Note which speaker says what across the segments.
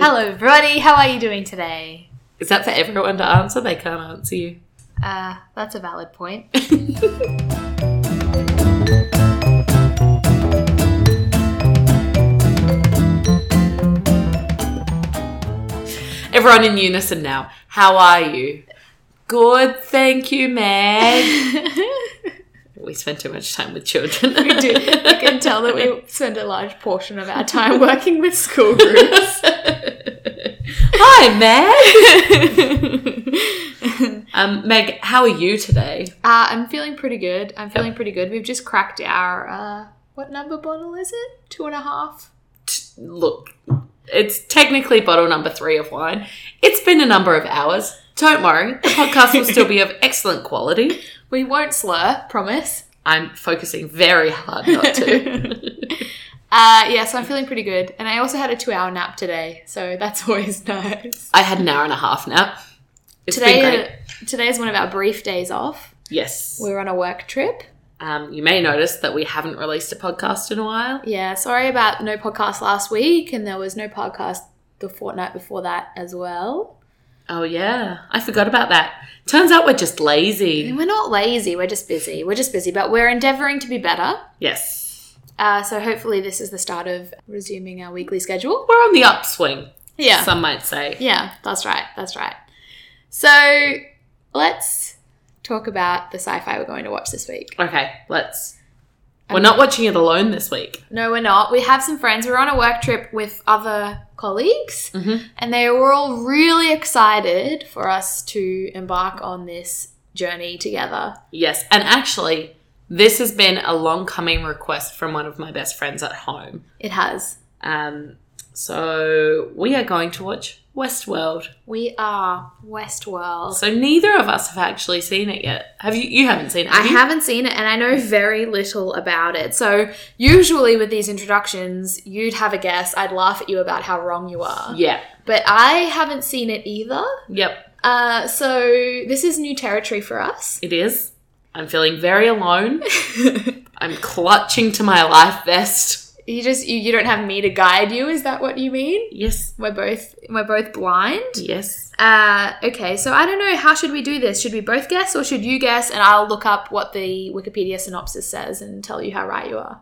Speaker 1: Hello, everybody. How are you doing today?
Speaker 2: Is that for everyone to answer? They can't answer you.
Speaker 1: Uh, that's a valid point.
Speaker 2: Everyone in unison now. How are you? Good, thank you, Meg.
Speaker 1: we
Speaker 2: we spend too much time with children.
Speaker 1: do. You can tell that we spend a large portion of our time working with school groups.
Speaker 2: Hi,
Speaker 1: Uh,
Speaker 2: Meg. um, Meg, how are you today?
Speaker 1: Uh, I'm feeling pretty good. I'm feeling pretty good. We've just cracked our uh, what number bottle is it? Two and a half.
Speaker 2: T- Look, it's technically bottle number three of wine. It's been a number of hours. Don't worry, the podcast will still be of excellent quality.
Speaker 1: We won't slur, promise.
Speaker 2: I'm focusing very hard not to.
Speaker 1: Uh, yeah, so I'm feeling pretty good, and I also had a two-hour nap today, so that's always nice.
Speaker 2: I had an hour and a half now. It's
Speaker 1: today, uh,
Speaker 2: been great.
Speaker 1: today is one of our brief days off.
Speaker 2: Yes.
Speaker 1: We were on a work trip.
Speaker 2: Um, you may notice that we haven't released a podcast in a while.
Speaker 1: Yeah, sorry about no podcast last week, and there was no podcast the fortnight before that as well.
Speaker 2: Oh, yeah. I forgot about that. Turns out we're just
Speaker 1: And
Speaker 2: lazy.
Speaker 1: we're not lazy, we're just busy. We're just busy, but we're endeavouring to be better.
Speaker 2: Yes.
Speaker 1: Uh, so hopefully, this is the start of resuming our weekly schedule.
Speaker 2: We're on the upswing,
Speaker 1: Yeah.
Speaker 2: some might say.
Speaker 1: yeah, that's right. That's right. So let's talk about the sci fi we're going to watch this week.
Speaker 2: Okay, let's. We're not watching it alone this week.
Speaker 1: No, we're not. We have some friends. We We're on a work trip with other colleagues,
Speaker 2: Mhm.
Speaker 1: and they were all really excited for us to embark on this journey together.
Speaker 2: Yes. And actually, this has been a long coming request from one of my best friends at home.
Speaker 1: It has.
Speaker 2: Um, so we are going to watch Westworld.
Speaker 1: We are Westworld.
Speaker 2: So neither of us have actually seen it yet. Have you? You haven't seen it.
Speaker 1: I
Speaker 2: have you?
Speaker 1: haven't seen it and I know very little about it. So, usually with these introductions, you'd have a guess. I'd laugh at you about how wrong you are.
Speaker 2: Yeah.
Speaker 1: But I haven't seen it either.
Speaker 2: Yep.
Speaker 1: Uh, so, this is new territory for us.
Speaker 2: It is. I'm feeling very alone. I'm clutching to my life vest.
Speaker 1: You just you, you don't have me to guide you. Is that what you mean?
Speaker 2: Yes.
Speaker 1: We're both we're both blind.
Speaker 2: Yes.
Speaker 1: Uh, okay, so I don't know. How should we do this? Should we both guess, or should you guess and I'll look up what the Wikipedia synopsis says and tell you how right you are?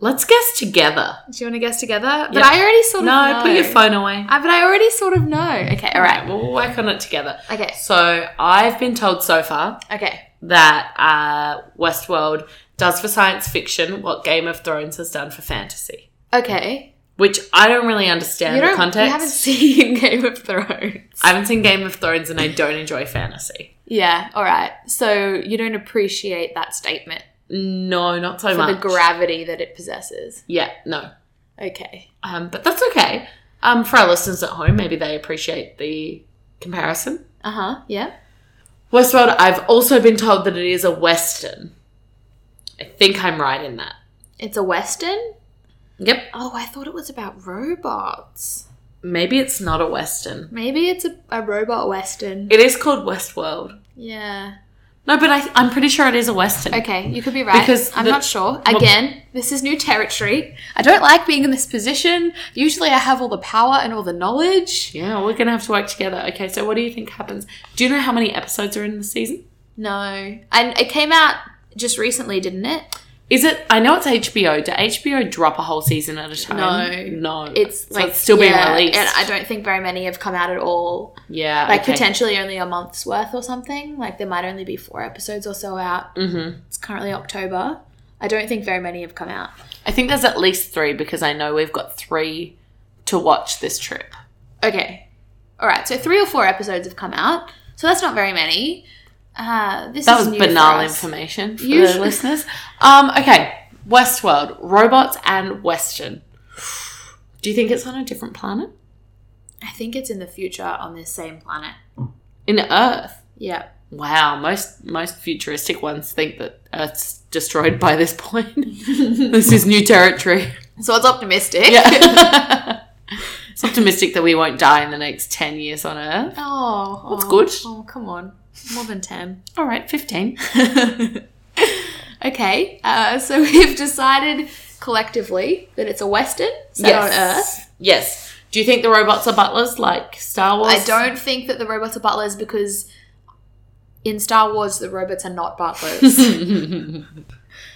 Speaker 2: Let's guess together.
Speaker 1: Do you want to guess together? But
Speaker 2: Yep.
Speaker 1: I already sort of
Speaker 2: No,
Speaker 1: know.
Speaker 2: put your phone away.
Speaker 1: Uh, but I already sort of know. Okay, all right.
Speaker 2: We'll work on it together.
Speaker 1: Okay,
Speaker 2: So I've been told so far
Speaker 1: okay.
Speaker 2: that uh, Westworld does for science fiction what Game of Thrones has done for fantasy,
Speaker 1: Okay.
Speaker 2: which I don't really understand
Speaker 1: you
Speaker 2: the
Speaker 1: don't
Speaker 2: context.
Speaker 1: you haven't seen Game of Thrones.
Speaker 2: I haven't seen Game of Thrones and I don't enjoy fantasy.
Speaker 1: yeah, all right. So you don't appreciate that statement
Speaker 2: No, not so
Speaker 1: for
Speaker 2: much.
Speaker 1: the gravity that it possesses.
Speaker 2: yeah, no.
Speaker 1: Okay.
Speaker 2: Um, but that's okay. Um, for our listeners at home, maybe they appreciate the comparison.
Speaker 1: Uh-huh. Yeah.
Speaker 2: Westworld, I've also been told that it is a Western. I think I'm right in that.
Speaker 1: It's a western?
Speaker 2: Yep.
Speaker 1: Oh, I thought it was about robots.
Speaker 2: Maybe it's not a Western.
Speaker 1: Maybe it's a, a robot western.
Speaker 2: It is called Westworld.
Speaker 1: Yeah.
Speaker 2: No, but I, I'm pretty sure it is a Western.
Speaker 1: Okay, you could be right.
Speaker 2: Because
Speaker 1: I'm
Speaker 2: the-
Speaker 1: not sure. Again, this is new territory. I don't like being in this position. Usually I have all the power and all the knowledge.
Speaker 2: Yeah, we're going to have to work together. Okay, so what do you think happens? Do you know how many episodes are in the season?
Speaker 1: No. And it came out just recently, didn't it?
Speaker 2: Is it? I know it's HBO. Do HBO drop a whole season at a time? No, no.
Speaker 1: It's
Speaker 2: So
Speaker 1: like
Speaker 2: it's still
Speaker 1: yeah,
Speaker 2: being released.
Speaker 1: And I don't think very many have come out at all.
Speaker 2: yeah,
Speaker 1: Like
Speaker 2: okay.
Speaker 1: potentially only a month's worth or something. Like there might only be four episodes or so out.
Speaker 2: Mhm.
Speaker 1: It's currently October. I don't think very many have come out.
Speaker 2: I think there's at least three because I know we've got three to watch this trip.
Speaker 1: Okay. All right. So three or four episodes have come out. So that's not very many. Uh, this
Speaker 2: That
Speaker 1: is
Speaker 2: was
Speaker 1: new for
Speaker 2: banal
Speaker 1: us.
Speaker 2: information for
Speaker 1: Usually-
Speaker 2: the listeners. Um, okay, Westworld, robots and Western. Do you think it's on a different planet?
Speaker 1: I think it's in the future on this same planet.
Speaker 2: In Earth?
Speaker 1: Yeah.
Speaker 2: Wow, most most futuristic ones think that Earth's destroyed by this point. this is new territory.
Speaker 1: So it's optimistic.
Speaker 2: Yeah. it's optimistic that we won't die in the next 10 years on Earth.
Speaker 1: oh,
Speaker 2: That's
Speaker 1: oh,
Speaker 2: good.
Speaker 1: Oh, come on. More than ten.
Speaker 2: All right, 15.
Speaker 1: okay. Uh, so we've decided collectively that it's a western set on Earth.
Speaker 2: Yes. Do you think the robots are butlers like Star Wars?
Speaker 1: I don't think that the robots are butlers because in Star Wars the robots are not butlers.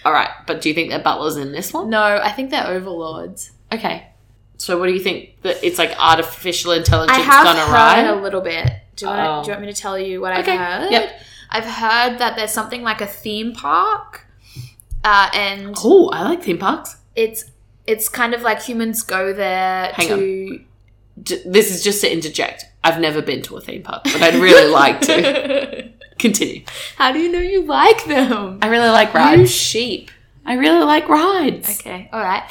Speaker 2: All right, but do you think they're butlers in this one?
Speaker 1: no, I think they're overlords.
Speaker 2: Okay. So what do you think that it's like artificial intelligence
Speaker 1: I have
Speaker 2: gone
Speaker 1: heard
Speaker 2: awry?
Speaker 1: a little bit. Do you,
Speaker 2: Oh.
Speaker 1: want, do you want me to tell you what
Speaker 2: Okay,
Speaker 1: I've heard?
Speaker 2: yep.
Speaker 1: I've heard that there's something like a theme park, uh, and
Speaker 2: Oh, I like theme parks.
Speaker 1: it's it's kind of like humans go there
Speaker 2: Hang
Speaker 1: to.
Speaker 2: J- this is just to interject. I've never been to a theme park, but I'd really like to. Continue.
Speaker 1: How do you know you like them?
Speaker 2: I really like
Speaker 1: You
Speaker 2: rides.
Speaker 1: sheep.
Speaker 2: I really like rides.
Speaker 1: Okay, all right.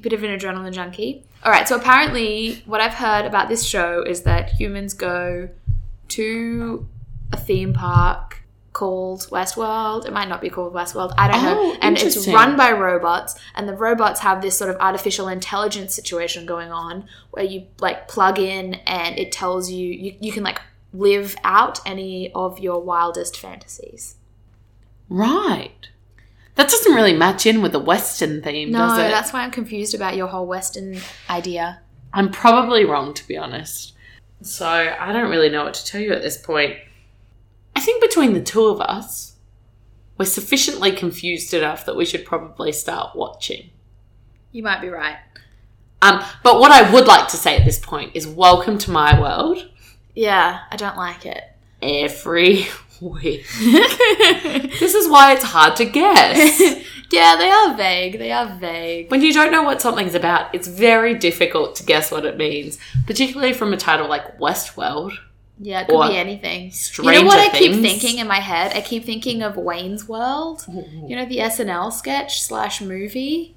Speaker 1: Bit of an adrenaline junkie. All right, so apparently, what I've heard about this show is that humans go to a theme park called Westworld. It might not be called Westworld. I don't
Speaker 2: Oh,
Speaker 1: know. And it's
Speaker 2: interesting.
Speaker 1: run by robots, and the robots have this sort of artificial intelligence situation going on where you like plug in and it tells you you, you can like live out any of your wildest fantasies.
Speaker 2: Right. That doesn't really match in with the Western theme,
Speaker 1: No,
Speaker 2: does it?
Speaker 1: that's why I'm confused about your whole Western idea.
Speaker 2: I'm probably wrong, to be honest. So I don't really know what to tell you at this point. I think between the two of us, we're sufficiently confused enough that we should probably start watching.
Speaker 1: You might be right.
Speaker 2: Um, but what I would like to say at this point is welcome to my world
Speaker 1: Yeah, I don't like it.
Speaker 2: every week. This is why it's hard to guess.
Speaker 1: yeah, they are vague. They are vague.
Speaker 2: when you don't know what something's about, it's very difficult to guess what it means, particularly from a title like Westworld.
Speaker 1: Yeah, it could
Speaker 2: Or
Speaker 1: be anything. You
Speaker 2: Stranger
Speaker 1: know what I keep
Speaker 2: Things.
Speaker 1: thinking in my head? I keep thinking of Wayne's World. You know the SNL sketch slash movie?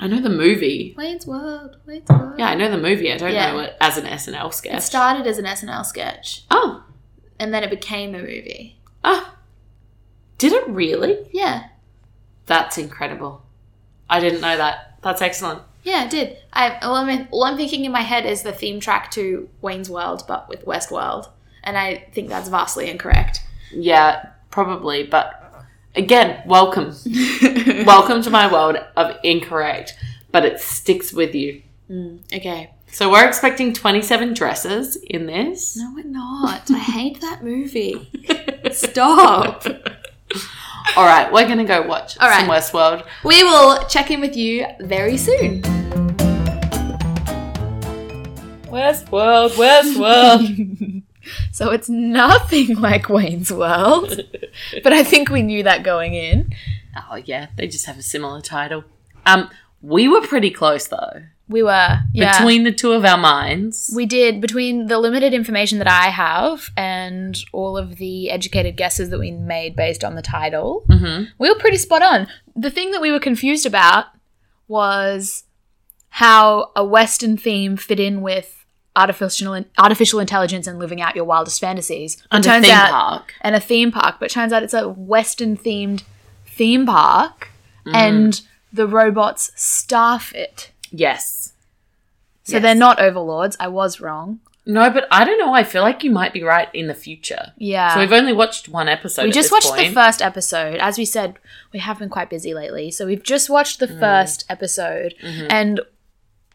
Speaker 2: I know the movie.
Speaker 1: Wayne's World. Wayne's World.
Speaker 2: Yeah, I know the movie. I don't
Speaker 1: Yeah.
Speaker 2: know it as an SNL sketch.
Speaker 1: It started as an SNL sketch,
Speaker 2: oh,
Speaker 1: and then it became a movie.
Speaker 2: ah, did it really?
Speaker 1: Yeah,
Speaker 2: That's incredible. I didn't know that. That's excellent.
Speaker 1: yeah, it did. I all I'm, all I'm thinking in my head is the theme track to Wayne's World, but with Westworld, and I think that's vastly incorrect.
Speaker 2: Yeah, probably. But again, welcome, welcome to my world of incorrect. But it sticks with you.
Speaker 1: Okay.
Speaker 2: So we're expecting twenty-seven dresses in this.
Speaker 1: No, we're not. I hate that movie. Stop.
Speaker 2: All right, we're gonna go watch
Speaker 1: All
Speaker 2: some Westworld.
Speaker 1: We will check in with you very soon.
Speaker 2: Westworld, Westworld.
Speaker 1: So it's nothing like Wayne's World, but I think we knew that going in.
Speaker 2: oh yeah, they just have a similar title. Um, we were pretty close though.
Speaker 1: We were yeah.
Speaker 2: Between the two of our minds.
Speaker 1: we did between the limited information that I have and all of the educated guesses that we made based on the title.
Speaker 2: Mm-hmm.
Speaker 1: We were pretty spot on. The thing that we were confused about was how a Western theme fit in with artificial artificial intelligence and living out your wildest fantasies. It
Speaker 2: And a
Speaker 1: turns
Speaker 2: theme
Speaker 1: out,
Speaker 2: park.
Speaker 1: and a theme park, but it turns out it's a Western themed theme park,
Speaker 2: Mm-hmm.
Speaker 1: and the robots staff it.
Speaker 2: Yes.
Speaker 1: So
Speaker 2: Yes.
Speaker 1: they're not overlords. I was wrong.
Speaker 2: No, but I don't know. I feel like you might be right in the future.
Speaker 1: Yeah.
Speaker 2: So we've only watched one episode.
Speaker 1: We
Speaker 2: at
Speaker 1: just
Speaker 2: this
Speaker 1: watched
Speaker 2: point.
Speaker 1: the first episode. As we said, we have been quite busy lately. So we've just watched the first episode. And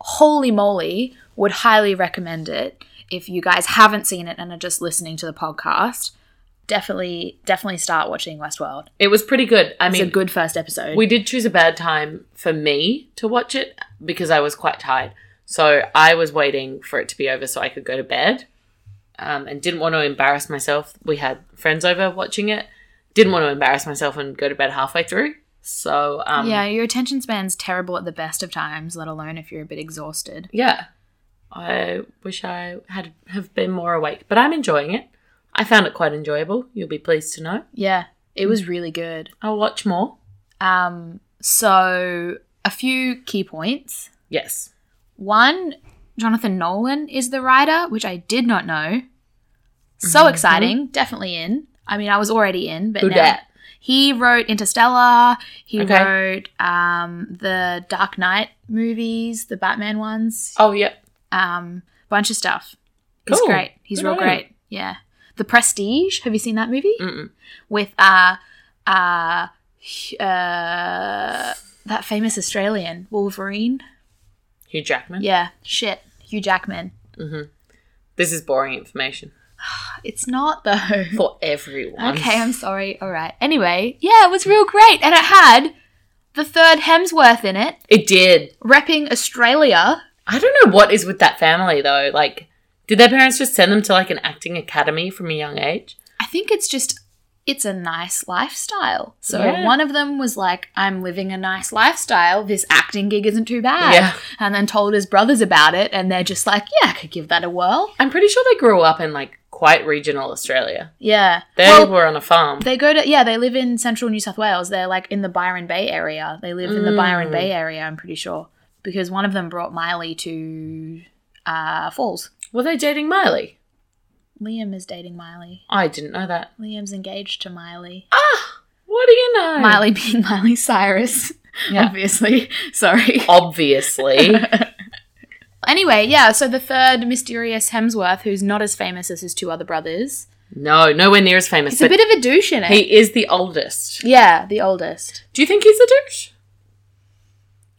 Speaker 1: holy moly, would highly recommend it if you guys haven't seen it and are just listening to the podcast. Definitely, definitely start watching Westworld.
Speaker 2: It was pretty good. I
Speaker 1: It's a
Speaker 2: mean,
Speaker 1: good first episode.
Speaker 2: we did choose a bad time for me to watch it because I was quite tired. So I was waiting for it to be over so I could go to bed, um, and didn't want to embarrass myself. We had friends over watching it. Didn't want to embarrass myself and go to bed halfway through. So um,
Speaker 1: yeah, your attention span's terrible at the best of times, let alone if you're a bit exhausted.
Speaker 2: yeah i wish i had have been more awake but i'm enjoying it i found it quite enjoyable you'll be pleased to know
Speaker 1: Yeah, it was really good.
Speaker 2: i'll watch more
Speaker 1: Um, so a few key points.
Speaker 2: yes
Speaker 1: One, Jonathan Nolan is the writer, which I did not know. So exciting. Definitely in. I mean, I was already in, but
Speaker 2: Mm-hmm. Who
Speaker 1: now.
Speaker 2: dat?
Speaker 1: He wrote Interstellar. He
Speaker 2: Okay.
Speaker 1: wrote um, the Dark Knight movies, the Batman ones,
Speaker 2: oh yep
Speaker 1: um, bunch of stuff. He's
Speaker 2: Cool.
Speaker 1: great. He's
Speaker 2: Good
Speaker 1: real
Speaker 2: on him.
Speaker 1: great. Yeah. The Prestige. Have you seen that movie?
Speaker 2: Mm-mm.
Speaker 1: With uh, uh, h- uh, that famous Australian Wolverine.
Speaker 2: hugh jackman
Speaker 1: Yeah, shit. Hugh Jackman.
Speaker 2: This is boring information
Speaker 1: It's not though.
Speaker 2: for everyone.
Speaker 1: Okay, I'm sorry. All right. Anyway, yeah, it was real great, and it had the third Hemsworth in it,
Speaker 2: It did.
Speaker 1: repping Australia.
Speaker 2: I don't know what is with that family though. Like, did their parents just send them to like an acting academy from a young age?
Speaker 1: I think it's just it's a nice lifestyle. So
Speaker 2: Yeah.
Speaker 1: one of them was like, "I'm living a nice lifestyle. This acting gig isn't too bad,"
Speaker 2: Yeah.
Speaker 1: and then told his brothers about it, and they're just like, "Yeah, I could give that a whirl."
Speaker 2: I'm pretty sure they grew up in like quite regional Australia.
Speaker 1: Yeah,
Speaker 2: They
Speaker 1: Well,
Speaker 2: were on a farm.
Speaker 1: They go to yeah, they live in central New South Wales. They're like in the Byron Bay area. They live in the Byron
Speaker 2: Mm.
Speaker 1: Bay area, I'm pretty sure, because one of them brought Miley to uh, Falls.
Speaker 2: were they dating Miley?
Speaker 1: Liam is dating Miley.
Speaker 2: I didn't know that.
Speaker 1: Liam's engaged to Miley.
Speaker 2: Ah, what do you know?
Speaker 1: Miley being Miley Cyrus,
Speaker 2: Yeah.
Speaker 1: obviously. Sorry.
Speaker 2: Obviously.
Speaker 1: Anyway, yeah, so the third mysterious Hemsworth, who's not as famous as his two other brothers,
Speaker 2: no, nowhere near as famous.
Speaker 1: he's a
Speaker 2: But
Speaker 1: bit of a douche in it.
Speaker 2: he is the oldest.
Speaker 1: yeah, the oldest.
Speaker 2: Do you think he's a douche?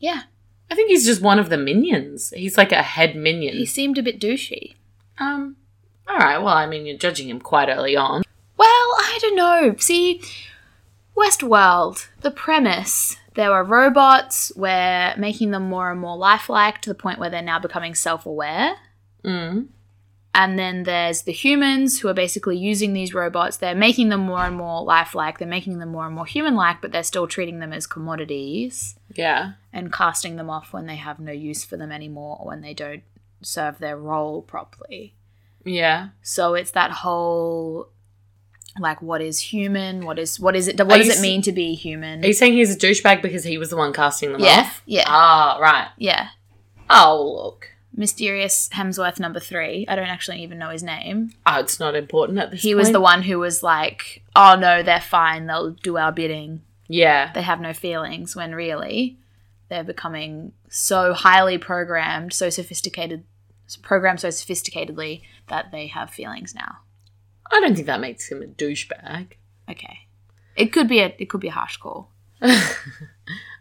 Speaker 1: Yeah,
Speaker 2: I think he's just one of the minions. He's like a head minion.
Speaker 1: he seemed a bit douchey.
Speaker 2: um, all right. Well, I mean, you're judging him quite early on.
Speaker 1: Well, I don't know. See, Westworld, the premise, there were robots, we're making them more and more lifelike to the point where they're now becoming self aware.
Speaker 2: Mm.
Speaker 1: And then there's the humans who are basically using these robots. They're making them more and more lifelike, they're making them more and more human like, but they're still treating them as commodities
Speaker 2: Yeah.
Speaker 1: and casting them off when they have no use for them anymore or when they don't serve their role properly.
Speaker 2: Yeah.
Speaker 1: So it's that whole like what is human? What is what is it what
Speaker 2: Are
Speaker 1: does
Speaker 2: you
Speaker 1: it
Speaker 2: s-
Speaker 1: mean to be human?
Speaker 2: Are you saying he's a douchebag because he was the one casting them
Speaker 1: yeah.
Speaker 2: off?
Speaker 1: Yeah.
Speaker 2: Ah, right.
Speaker 1: yeah.
Speaker 2: Oh, look.
Speaker 1: Mysterious Hemsworth number 3. I don't actually even know his name.
Speaker 2: Oh, it's not important at this
Speaker 1: He was
Speaker 2: point.
Speaker 1: the one who was like, "Oh no, they're fine. They'll do our bidding.
Speaker 2: Yeah.
Speaker 1: They have no feelings." When really, they're becoming so highly programmed, so sophisticated programmed so sophisticatedly that they have feelings now.
Speaker 2: I don't think that makes him a douchebag.
Speaker 1: Okay. It could be a it could be a harsh call.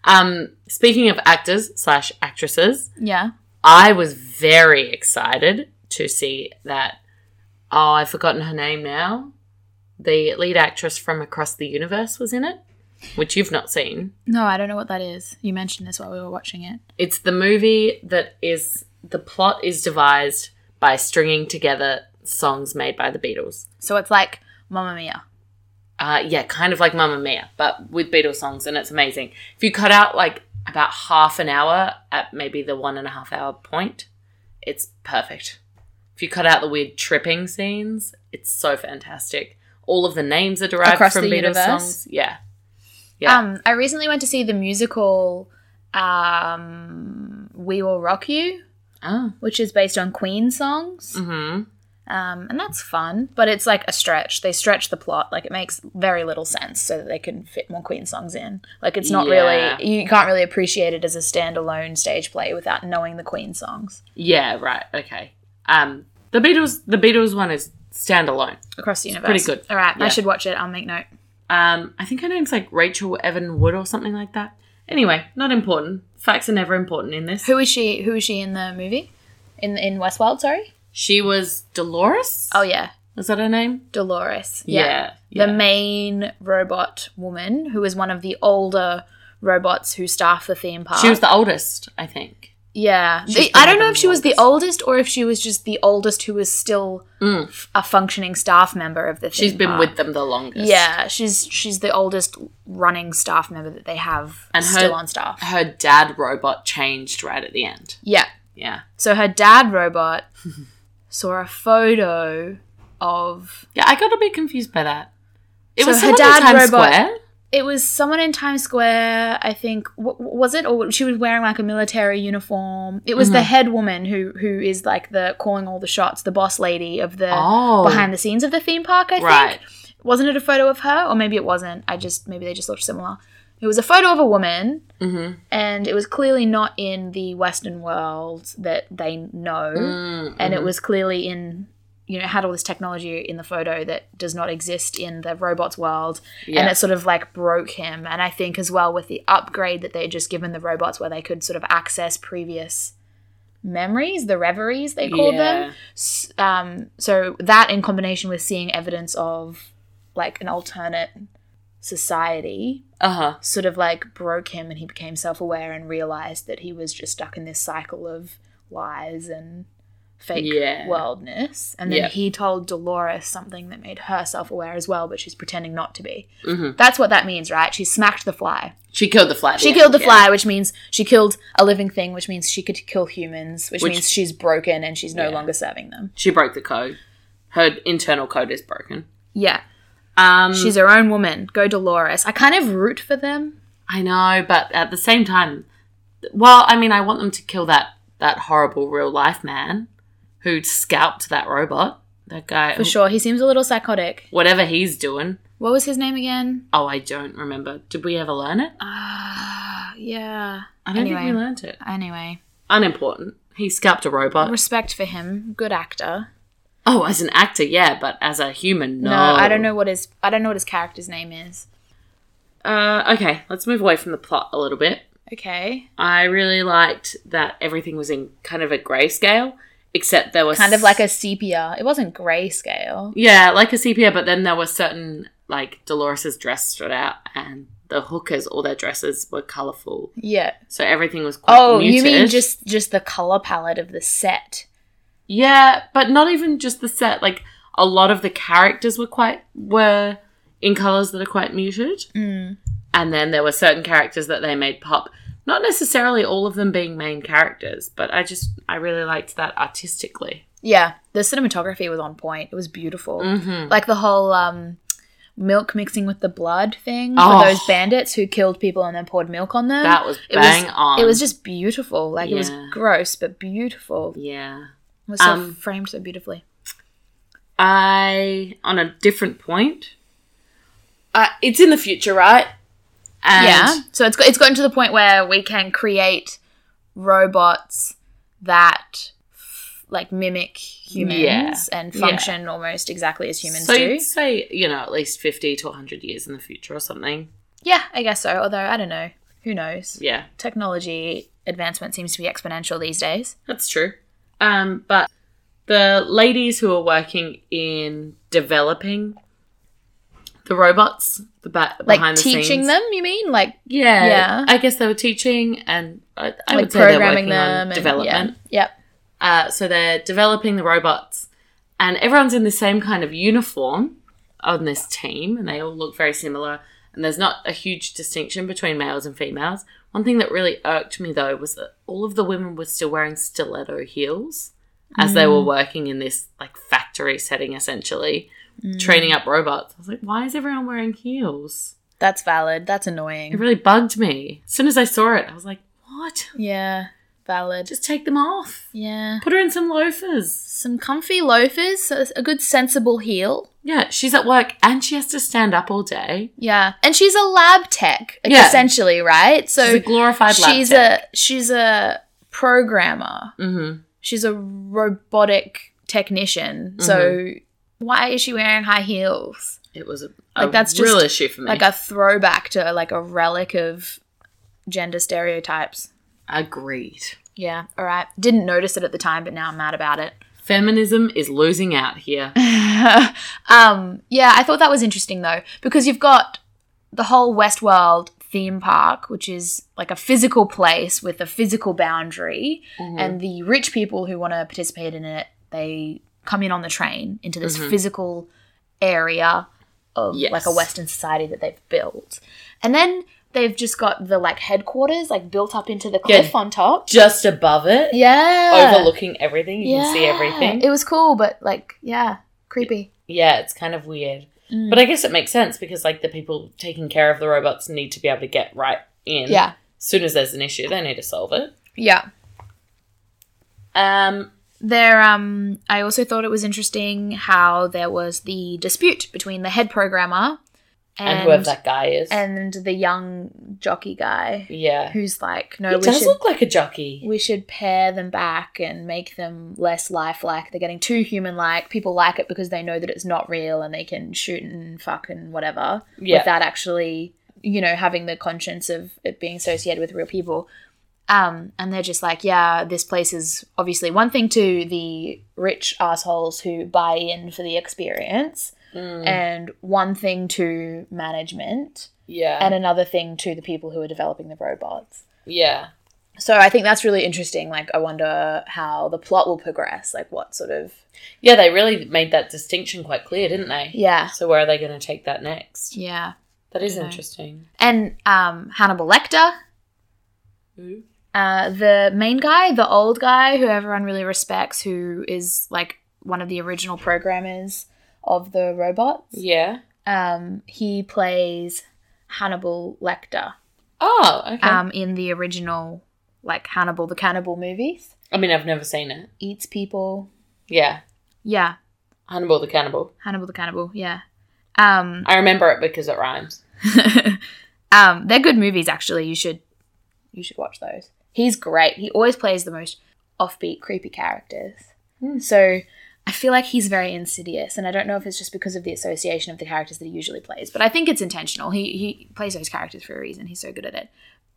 Speaker 2: Um, speaking of actors slash actresses,
Speaker 1: Yeah.
Speaker 2: I was very excited to see that. Oh, I've forgotten her name now. The lead actress from Across the Universe was in it, which you've not seen.
Speaker 1: No, I don't know what that is. You mentioned this while we were watching it.
Speaker 2: It's the movie that is the plot is devised by stringing together songs made by the Beatles.
Speaker 1: So it's like Mamma Mia.
Speaker 2: uh, yeah, kind of like Mamma Mia, but with Beatles songs, and it's amazing. If you cut out like about half an hour at maybe the one and a half hour point, it's perfect. If you cut out the weird tripping scenes, it's so fantastic. All of the names are derived
Speaker 1: Across
Speaker 2: from
Speaker 1: the
Speaker 2: Beatles
Speaker 1: universe?
Speaker 2: songs. Yeah, yeah,
Speaker 1: Um, I recently went to see the musical um, We Will Rock You,
Speaker 2: oh,
Speaker 1: which is based on Queen songs.
Speaker 2: hmm
Speaker 1: Um, and that's fun, but it's like a stretch. They stretch the plot. Like it makes very little sense so that they can fit more Queen songs in. Like it's not
Speaker 2: Yeah.
Speaker 1: really, you can't really appreciate it as a standalone stage play without knowing the Queen songs.
Speaker 2: yeah, right, okay. Um, the Beatles, the Beatles one is standalone.
Speaker 1: Across the universe.
Speaker 2: pretty good.
Speaker 1: All right, I
Speaker 2: Yeah.
Speaker 1: should watch it. I'll make note.
Speaker 2: Um, I think her name's like Rachel Evan Wood or something like that. Anyway, not important. Facts are never important in this.
Speaker 1: Who is she? Who is she in the movie? In in Westworld, sorry.
Speaker 2: She was Dolores.
Speaker 1: Oh yeah,
Speaker 2: is that her name?
Speaker 1: Dolores.
Speaker 2: yeah.
Speaker 1: The main robot woman who is one of the older robots who staff the theme park.
Speaker 2: she was the oldest, I think.
Speaker 1: yeah.
Speaker 2: she's
Speaker 1: The-
Speaker 2: the
Speaker 1: I don't
Speaker 2: one
Speaker 1: know
Speaker 2: of
Speaker 1: if
Speaker 2: the
Speaker 1: she was the oldest or if she was just the oldest who was still f- a functioning staff member of the theme
Speaker 2: She's been
Speaker 1: park.
Speaker 2: with them the longest.
Speaker 1: Yeah, she's she's the oldest running staff member that they have
Speaker 2: And her-
Speaker 1: still on staff.
Speaker 2: Her dad robot changed right at the end.
Speaker 1: Yeah.
Speaker 2: Yeah.
Speaker 1: So her dad robot saw a photo of
Speaker 2: Yeah, I got a bit confused by that. It
Speaker 1: So
Speaker 2: was
Speaker 1: her
Speaker 2: her
Speaker 1: dad
Speaker 2: dad Times
Speaker 1: robot-
Speaker 2: Square.
Speaker 1: it was someone in Times Square, I think. W- was it? Or she was wearing like a military uniform. It was the
Speaker 2: Mm-hmm.
Speaker 1: head woman who who is like the calling all the shots, the boss lady of the
Speaker 2: Oh.
Speaker 1: behind the scenes of the theme park. I
Speaker 2: Right.
Speaker 1: think wasn't it a photo of her, or maybe it wasn't. I just maybe they just looked similar. It was a photo of a woman, Mm-hmm.
Speaker 2: Mhm.
Speaker 1: and it was clearly not in the Western world that they know,
Speaker 2: Mm,
Speaker 1: and
Speaker 2: mhm.
Speaker 1: it was clearly in. You know, it had all this technology in the photo that does not exist in the robots world,
Speaker 2: yeah.
Speaker 1: and it sort of like broke him. And I think as well with the upgrade that they had just given the robots, where they could sort of access previous memories, the reveries they called
Speaker 2: Yeah.
Speaker 1: them. S- Um, so that in combination with seeing evidence of like an alternate society
Speaker 2: Uh huh.
Speaker 1: sort of like broke him and he became self-aware and realized that he was just stuck in this cycle of lies and fake
Speaker 2: Yeah.
Speaker 1: worldness and then
Speaker 2: Yeah.
Speaker 1: he told dolores something that made her self-aware as well but she's pretending not to be
Speaker 2: Mhm.
Speaker 1: that's what that means right she smacked the fly
Speaker 2: She killed the fly. at
Speaker 1: she
Speaker 2: the
Speaker 1: killed
Speaker 2: end,
Speaker 1: the
Speaker 2: yeah.
Speaker 1: fly which means she killed a living thing which means she could kill humans which,
Speaker 2: Which-
Speaker 1: means she's broken and she's no
Speaker 2: Yeah.
Speaker 1: longer serving them
Speaker 2: She broke the code. Her internal code is broken.
Speaker 1: yeah
Speaker 2: Um,
Speaker 1: Mm. she's her own woman go dolores i kind of root for them
Speaker 2: I know, but at the same time, well, I mean, I want them to kill that that horrible real life man who scalped that robot. That guy,
Speaker 1: for sure he seems a little psychotic
Speaker 2: whatever he's doing.
Speaker 1: what was his name again
Speaker 2: Oh, I don't remember. Did we ever learn it?
Speaker 1: Ah, yeah.
Speaker 2: I don't think
Speaker 1: Anyway.
Speaker 2: we learned it.
Speaker 1: Anyway,
Speaker 2: Unimportant. He scalped a robot.
Speaker 1: respect for him. Good actor.
Speaker 2: Oh, as an actor, yeah, but as a human, no.
Speaker 1: No, I don't know what his I don't know what his character's name is.
Speaker 2: Uh, okay, let's move away from the plot a little bit.
Speaker 1: Okay,
Speaker 2: I really liked that everything was in kind of a grayscale, except there was
Speaker 1: kind of like a sepia. It wasn't grayscale.
Speaker 2: yeah, like a sepia. But then there were certain like Dolores's dress stood out, and the hookers, all their dresses were colorful,
Speaker 1: Yeah.
Speaker 2: so everything was quite
Speaker 1: Oh, you
Speaker 2: muted.
Speaker 1: mean just just the color palette of the set?
Speaker 2: yeah, but not even just the set. Like a lot of the characters were quite were in colors that are quite muted.
Speaker 1: Mm.
Speaker 2: and then there were certain characters that they made pop not necessarily all of them being main characters but i just i really liked that artistically
Speaker 1: Yeah, the cinematography was on point. It was beautiful.
Speaker 2: mm-hmm.
Speaker 1: Like the whole um, milk mixing with the blood thing
Speaker 2: Oh.
Speaker 1: for those bandits who killed people and then poured milk on them.
Speaker 2: that was
Speaker 1: it was-
Speaker 2: bang on
Speaker 1: it was just beautiful. Like it was
Speaker 2: Yeah.
Speaker 1: gross but beautiful.
Speaker 2: yeah
Speaker 1: was so
Speaker 2: Um,
Speaker 1: framed so beautifully.
Speaker 2: i on a different point uh, it's in the future right and
Speaker 1: yeah. So it's got, it's gotten to the point where we can create robots that f- like mimic humans
Speaker 2: Yeah.
Speaker 1: and
Speaker 2: Yeah.
Speaker 1: function almost exactly as humans
Speaker 2: so
Speaker 1: do.
Speaker 2: you'd say you know at least 50 to 100 years in the future or something
Speaker 1: Yeah, I guess so. Although I don't know. Who knows?
Speaker 2: yeah
Speaker 1: Technology advancement seems to be exponential these days.
Speaker 2: That's true. Um, but the ladies who are working in developing the robots, the ba-
Speaker 1: Like
Speaker 2: behind the
Speaker 1: teaching
Speaker 2: scenes,
Speaker 1: them, you mean? Like
Speaker 2: Yeah,
Speaker 1: Yeah.
Speaker 2: I guess they were teaching and I, I
Speaker 1: like
Speaker 2: would say they're
Speaker 1: programming
Speaker 2: working
Speaker 1: them
Speaker 2: on
Speaker 1: and-
Speaker 2: development.
Speaker 1: Yeah. Yep.
Speaker 2: Uh, so they're developing the robots, and everyone's in the same kind of uniform on this team, and they all look very similar. And there's not a huge distinction between males and females. One thing that really irked me though was that all of the women were still wearing stiletto heels as they were working in this like factory setting, essentially training up robots. I was like, why is everyone wearing heels?
Speaker 1: That's valid. That's
Speaker 2: It
Speaker 1: annoying.
Speaker 2: really bugged me. As soon as I saw it, I was like, what?
Speaker 1: Yeah. Valid.
Speaker 2: Just take them off.
Speaker 1: Yeah.
Speaker 2: Put her in some loafers.
Speaker 1: Some comfy loafers, a a good sensible heel.
Speaker 2: Yeah, she's at work and she has to stand up all day.
Speaker 1: Yeah, and she's a lab tech
Speaker 2: Yeah.
Speaker 1: essentially, right?
Speaker 2: she's a
Speaker 1: So
Speaker 2: glorified
Speaker 1: she's,
Speaker 2: lab tech.
Speaker 1: a she's a programmer.
Speaker 2: Mhm.
Speaker 1: She's a robotic technician. So
Speaker 2: Mm-hmm.
Speaker 1: why is she wearing high heels?
Speaker 2: It was a, a
Speaker 1: Like, that's
Speaker 2: real
Speaker 1: just
Speaker 2: issue for me.
Speaker 1: Like a throwback to like a relic of gender stereotypes.
Speaker 2: Agreed.
Speaker 1: Yeah, all right. Didn't notice it at the time, but now I'm mad about it.
Speaker 2: Feminism is losing out here.
Speaker 1: um, yeah, I thought that was interesting though, because you've got the whole Westworld theme park, which is like a physical place with a physical boundary,
Speaker 2: Mm-hmm.
Speaker 1: and the rich people who want to participate in it, they come in on the train into this physical area of
Speaker 2: Mm-hmm. Yes.
Speaker 1: like a Western society that they've built, and then they've just got the like headquarters like built up into the cliff on top.
Speaker 2: Just above it,
Speaker 1: Yeah,
Speaker 2: overlooking everything, you can see
Speaker 1: Yeah.
Speaker 2: everything.
Speaker 1: It was cool, but like, yeah, creepy.
Speaker 2: yeah, it's kind of weird.
Speaker 1: Mm.
Speaker 2: But I guess it makes sense because like the people taking care of the robots need to be able to get right in.
Speaker 1: Yeah.
Speaker 2: As soon as there's an issue, they need to solve it.
Speaker 1: Yeah.
Speaker 2: Um
Speaker 1: There um I also thought it was interesting how there was the dispute between the head programmer
Speaker 2: and,
Speaker 1: and
Speaker 2: whoever that guy is.
Speaker 1: and the young jockey guy
Speaker 2: yeah.
Speaker 1: who's like,
Speaker 2: He
Speaker 1: no, we
Speaker 2: does
Speaker 1: should
Speaker 2: look like a jockey.
Speaker 1: we should pair them back and make them less lifelike. They're getting too human like. People like it because they know that it's not real and they can shoot and fuck and whatever
Speaker 2: Yeah.
Speaker 1: without actually, you know, having the conscience of it being associated with real people. Um, and they're just like, yeah, this place is obviously one thing to the rich assholes who buy in for the experience,
Speaker 2: Mm.
Speaker 1: and one thing to management,
Speaker 2: Yeah.
Speaker 1: and another thing to the people who are developing the robots.
Speaker 2: yeah.
Speaker 1: So I think that's really interesting. Like, I wonder how the plot will progress. Like, what sort of
Speaker 2: Yeah, they really made that distinction quite clear, didn't they?
Speaker 1: yeah,
Speaker 2: So where are they going to take that next?
Speaker 1: yeah,
Speaker 2: That is
Speaker 1: Dunno.
Speaker 2: interesting.
Speaker 1: and um, Hannibal Lecter, uh, the main guy, the old guy who everyone really respects, who is like one of the original programmers of the robots.
Speaker 2: Yeah.
Speaker 1: Um, he plays Hannibal Lecter
Speaker 2: Oh, okay.
Speaker 1: um, in the original, like Hannibal the Cannibal movies.
Speaker 2: I mean, I've never seen it.
Speaker 1: Eats people.
Speaker 2: Yeah.
Speaker 1: Yeah,
Speaker 2: Hannibal the Cannibal.
Speaker 1: Hannibal the Cannibal. Yeah. Um,
Speaker 2: I remember it because it rhymes.
Speaker 1: um, they're good movies, actually. You should you should watch those. He's great. He always plays the most offbeat, creepy characters.
Speaker 2: Hmm.
Speaker 1: So I feel like he's very insidious, and I don't know if it's just because of the association of the characters that he usually plays, but I think it's intentional. He he plays those characters for a reason. He's so good at it.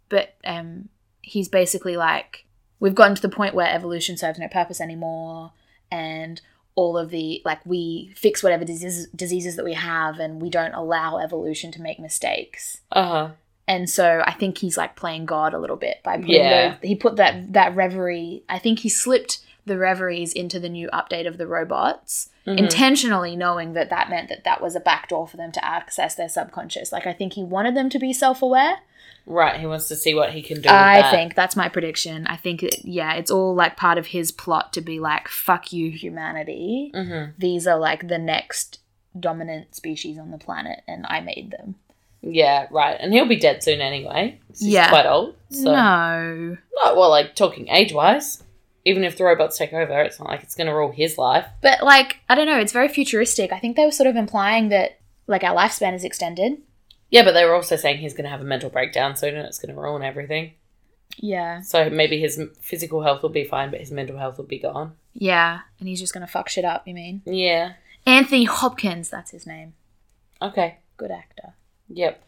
Speaker 1: But um, he's basically like, we've gotten to the point where evolution serves no purpose anymore, and all of the like we fix whatever diseases, diseases that we have, and we don't allow evolution to make mistakes
Speaker 2: Uh huh.
Speaker 1: and so I think he's like playing God a little bit by putting
Speaker 2: Yeah.
Speaker 1: those, he put that that reverie. I think he slipped the reveries into the new update of the robots
Speaker 2: Mm-hmm.
Speaker 1: intentionally, knowing that that meant that that was a backdoor for them to access their subconscious. Like I think he wanted them to be self aware.
Speaker 2: Right. He wants to see what he can do. with
Speaker 1: I
Speaker 2: that.
Speaker 1: think that's my prediction. I think it, yeah, it's all like part of his plot to be like fuck you humanity.
Speaker 2: Mhm.
Speaker 1: These are like the next dominant species on the planet, and I made them.
Speaker 2: Yeah. Right. And he'll be dead soon anyway. 'cause He's
Speaker 1: Yeah.
Speaker 2: Quite old. So.
Speaker 1: No.
Speaker 2: Not well, like talking age wise. Even if the robots take over, it's not like it's going to rule his life.
Speaker 1: But like, I don't know, it's very futuristic. I think they were sort of implying that like our lifespan is extended.
Speaker 2: Yeah, but they were also saying he's going to have a mental breakdown soon, and it's going to ruin everything.
Speaker 1: Yeah.
Speaker 2: So maybe his m- physical health will be fine, but his mental health will be gone.
Speaker 1: Yeah. And he's just gonna fuck shit up, you mean?
Speaker 2: Yeah.
Speaker 1: Anthony Hopkins, that's his name.
Speaker 2: Okay.
Speaker 1: Good actor.
Speaker 2: Yep.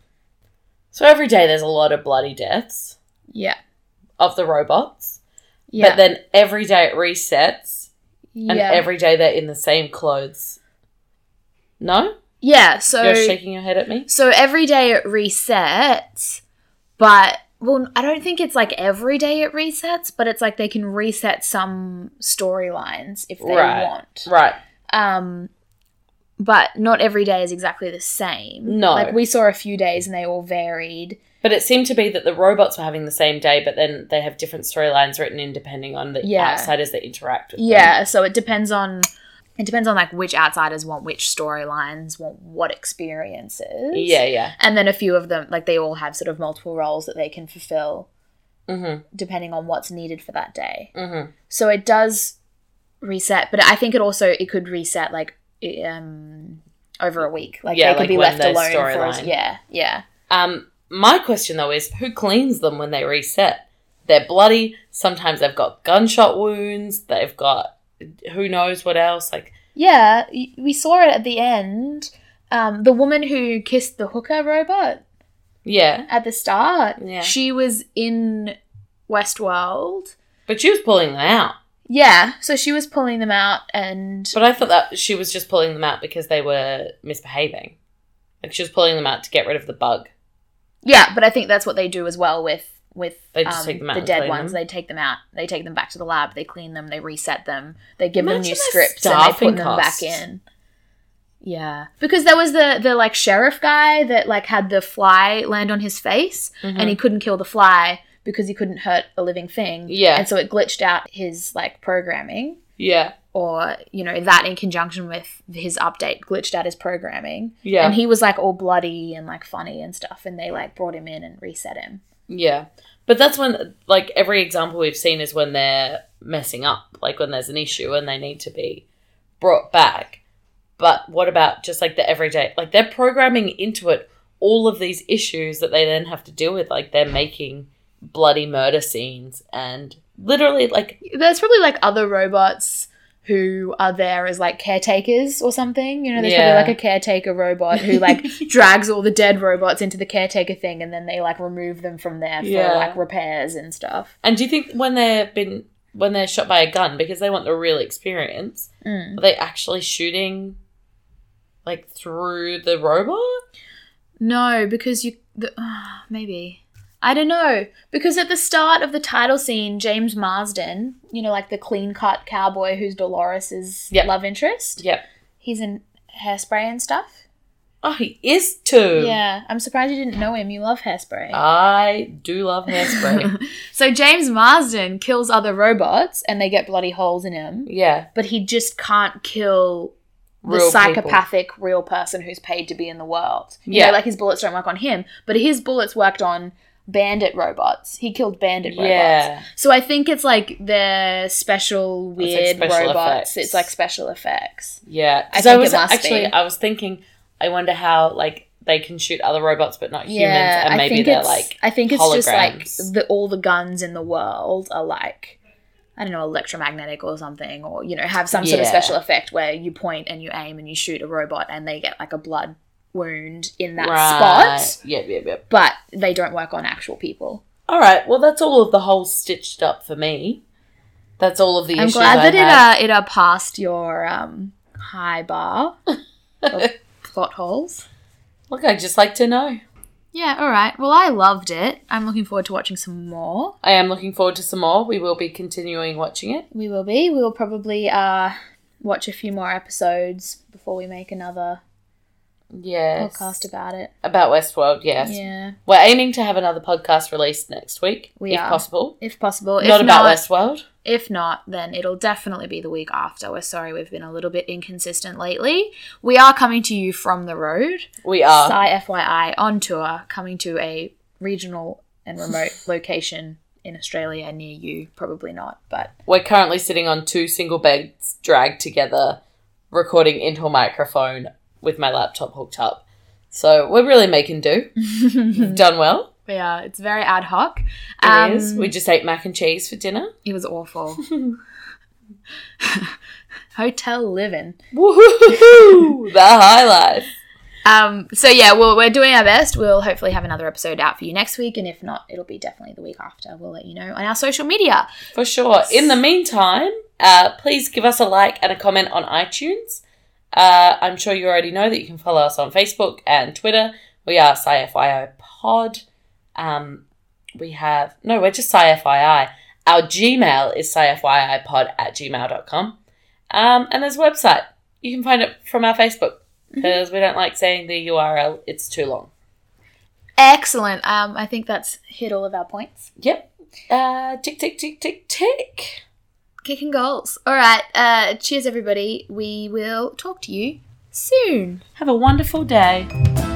Speaker 2: So every day there's a lot of bloody deaths
Speaker 1: Yeah.
Speaker 2: of the robots.
Speaker 1: Yeah.
Speaker 2: But then every day it resets, and
Speaker 1: yeah.
Speaker 2: every day they're in the same clothes. No?
Speaker 1: yeah, so
Speaker 2: You're shaking your head at me?
Speaker 1: so every day it resets, but well, I don't think it's like every day it resets, but it's like they can reset some storylines if they
Speaker 2: Right.
Speaker 1: want.
Speaker 2: Right.
Speaker 1: um but not every day is exactly the same
Speaker 2: No.
Speaker 1: like we saw a few days and they all varied
Speaker 2: But it seemed to be that the robots were having the same day, but then they have different storylines written in depending on the
Speaker 1: Yeah.
Speaker 2: outsiders that interact with them.
Speaker 1: yeah so it depends on it depends on like which outsiders want which storylines want what experiences
Speaker 2: Yeah, yeah.
Speaker 1: and then a few of them like they all have sort of multiple roles that they can fulfill
Speaker 2: Mm
Speaker 1: depending on what's needed for that day
Speaker 2: hmm. Mm hmm.
Speaker 1: so it does reset but i think it also it could reset like i- um over a week like
Speaker 2: Yeah,
Speaker 1: they could
Speaker 2: like
Speaker 1: be
Speaker 2: when
Speaker 1: left
Speaker 2: their
Speaker 1: alone for a-
Speaker 2: storyline-
Speaker 1: yeah yeah
Speaker 2: Um, my question though is who cleans them when they reset? They're bloody. Sometimes they've got gunshot wounds. They've got who knows what else. Like,
Speaker 1: Yeah, y- we saw it at the end. Um, the woman who kissed the hooker robot
Speaker 2: yeah.
Speaker 1: at the start,
Speaker 2: Yeah.
Speaker 1: she was in Westworld.
Speaker 2: But she was pulling them out.
Speaker 1: Yeah, so she was pulling them out, and
Speaker 2: But I thought that she was just pulling them out because they were misbehaving. Like she was pulling them out to get rid of the bug.
Speaker 1: yeah, but I think that's what they do as well with with
Speaker 2: They just
Speaker 1: um,
Speaker 2: take them out
Speaker 1: the
Speaker 2: and
Speaker 1: dead
Speaker 2: clean
Speaker 1: ones.
Speaker 2: them.
Speaker 1: They take them out, they take them back to the lab, they clean them, they reset them, they give them
Speaker 2: Imagine
Speaker 1: new
Speaker 2: the
Speaker 1: scripts, and they
Speaker 2: staffing
Speaker 1: put them back
Speaker 2: costs.
Speaker 1: in. Yeah, because there was the the like sheriff guy that like had the fly land on his face,
Speaker 2: Mm-hmm.
Speaker 1: and he couldn't kill the fly because he couldn't hurt a living thing.
Speaker 2: Yeah.
Speaker 1: And so it glitched out his like programming
Speaker 2: yeah,
Speaker 1: or you know that in conjunction with his update glitched out his programming.
Speaker 2: yeah,
Speaker 1: And he was like all bloody and like funny and stuff and they like brought him in and reset him.
Speaker 2: yeah. But that's when, like, every example we've seen is when they're messing up, like when there's an issue and they need to be brought back. But what about just like the everyday? Like they're programming into it all of these issues that they then have to deal with. Like they're making bloody murder scenes and literally like
Speaker 1: There's probably like other robots who are there as like caretakers or something. You know, there's
Speaker 2: Yeah.
Speaker 1: probably like a caretaker robot who like drags all the dead robots into the caretaker thing and then they like remove them from there for
Speaker 2: Yeah.
Speaker 1: like repairs and stuff.
Speaker 2: And do you think when they're been when they're shot by a gun because they want the real experience,
Speaker 1: Mm.
Speaker 2: are they actually shooting like through the robot?
Speaker 1: No, because you the, uh, maybe I don't know because at the start of the title scene, James Marsden, you know, like the clean cut cowboy who's Dolores's
Speaker 2: Yep.
Speaker 1: love interest,
Speaker 2: Yep.
Speaker 1: he's in hairspray and stuff.
Speaker 2: Oh, he is too.
Speaker 1: Yeah, I'm surprised you didn't know him. You love hairspray.
Speaker 2: I do love Ah, hairspray.
Speaker 1: so James Marsden kills other robots and they get bloody holes in him,
Speaker 2: yeah.
Speaker 1: but he just can't kill the
Speaker 2: Real
Speaker 1: psychopathic real person who's paid to be in the world. You
Speaker 2: Yeah.
Speaker 1: know, like his bullets don't work on him, but his bullets worked on bandit robots. He killed bandit
Speaker 2: people.
Speaker 1: robots.
Speaker 2: Yeah.
Speaker 1: So I think it's like they're special
Speaker 2: like
Speaker 1: weird
Speaker 2: special
Speaker 1: robots.
Speaker 2: effects.
Speaker 1: It's like special effects.
Speaker 2: Yeah.
Speaker 1: I
Speaker 2: 'Cause
Speaker 1: think it
Speaker 2: was
Speaker 1: must
Speaker 2: actually
Speaker 1: be.
Speaker 2: I was thinking I wonder how like they can shoot other robots but not humans
Speaker 1: yeah,
Speaker 2: and
Speaker 1: I
Speaker 2: maybe
Speaker 1: think
Speaker 2: they're
Speaker 1: it's
Speaker 2: like
Speaker 1: I think it's just like
Speaker 2: holograms.
Speaker 1: the all the guns in the world are like I don't know electromagnetic or something or you know have some sort of
Speaker 2: Yeah.
Speaker 1: special effect where you point and you aim and you shoot a robot and they get like a blood wound in that spot
Speaker 2: Right. Yep, yep, yep.
Speaker 1: but they don't work on actual people.
Speaker 2: All right. Well, that's all of the whole stitched up for me. That's all of the
Speaker 1: I'm
Speaker 2: issues
Speaker 1: glad
Speaker 2: I
Speaker 1: that it
Speaker 2: had.
Speaker 1: uh, it uh, passed your um, high bar of plot holes.
Speaker 2: Look, I just like to know.
Speaker 1: Yeah, all right. Well, I loved it. I'm looking forward to watching some more.
Speaker 2: I am looking forward to some more. We will be continuing watching it.
Speaker 1: We will be. We will probably uh, watch a few more episodes before we make another
Speaker 2: Yes.
Speaker 1: podcast about it.
Speaker 2: About Westworld, yes.
Speaker 1: Yeah,
Speaker 2: We're aiming to have another podcast released next week,
Speaker 1: We
Speaker 2: if
Speaker 1: are.
Speaker 2: possible.
Speaker 1: if possible.
Speaker 2: not
Speaker 1: if
Speaker 2: about
Speaker 1: not,
Speaker 2: Westworld.
Speaker 1: If not, then it'll definitely be the week after. We're sorry we've been a little bit inconsistent lately. We are coming to you from the road.
Speaker 2: We are.
Speaker 1: Sci FYI on tour, coming to a regional and remote location in Australia near you. Probably not, but
Speaker 2: We're currently sitting on two single beds dragged together, recording into a microphone with my laptop hooked up. So we're really making do. We've done well.
Speaker 1: we are. It's very ad hoc.
Speaker 2: It is.
Speaker 1: Um,
Speaker 2: We just ate mac and cheese for dinner.
Speaker 1: It was awful. Hotel living.
Speaker 2: Woohoo! the high life.
Speaker 1: Um, so yeah, well, we're doing our best. We'll hopefully have another episode out for you next week, and if not, it'll be definitely the week after. We'll let you know on our social media.
Speaker 2: For sure. In the meantime, uh, please give us a like and a comment on iTunes. Uh, I'm sure you already know that you can follow us on Facebook and Twitter. We are SciFIO Pod. Um, we have, no, we're just SciFII. Our Gmail is scifiipod at gmail.com. Um, and there's a website. You can find it from our Facebook because we don't like saying the URL, it's too long.
Speaker 1: Excellent. Um, I think that's hit all of our points.
Speaker 2: Yep. Uh, tick, tick, tick, tick, tick.
Speaker 1: Kicking goals. All right. Uh, cheers, everybody. We will talk to you soon.
Speaker 2: Have a wonderful day.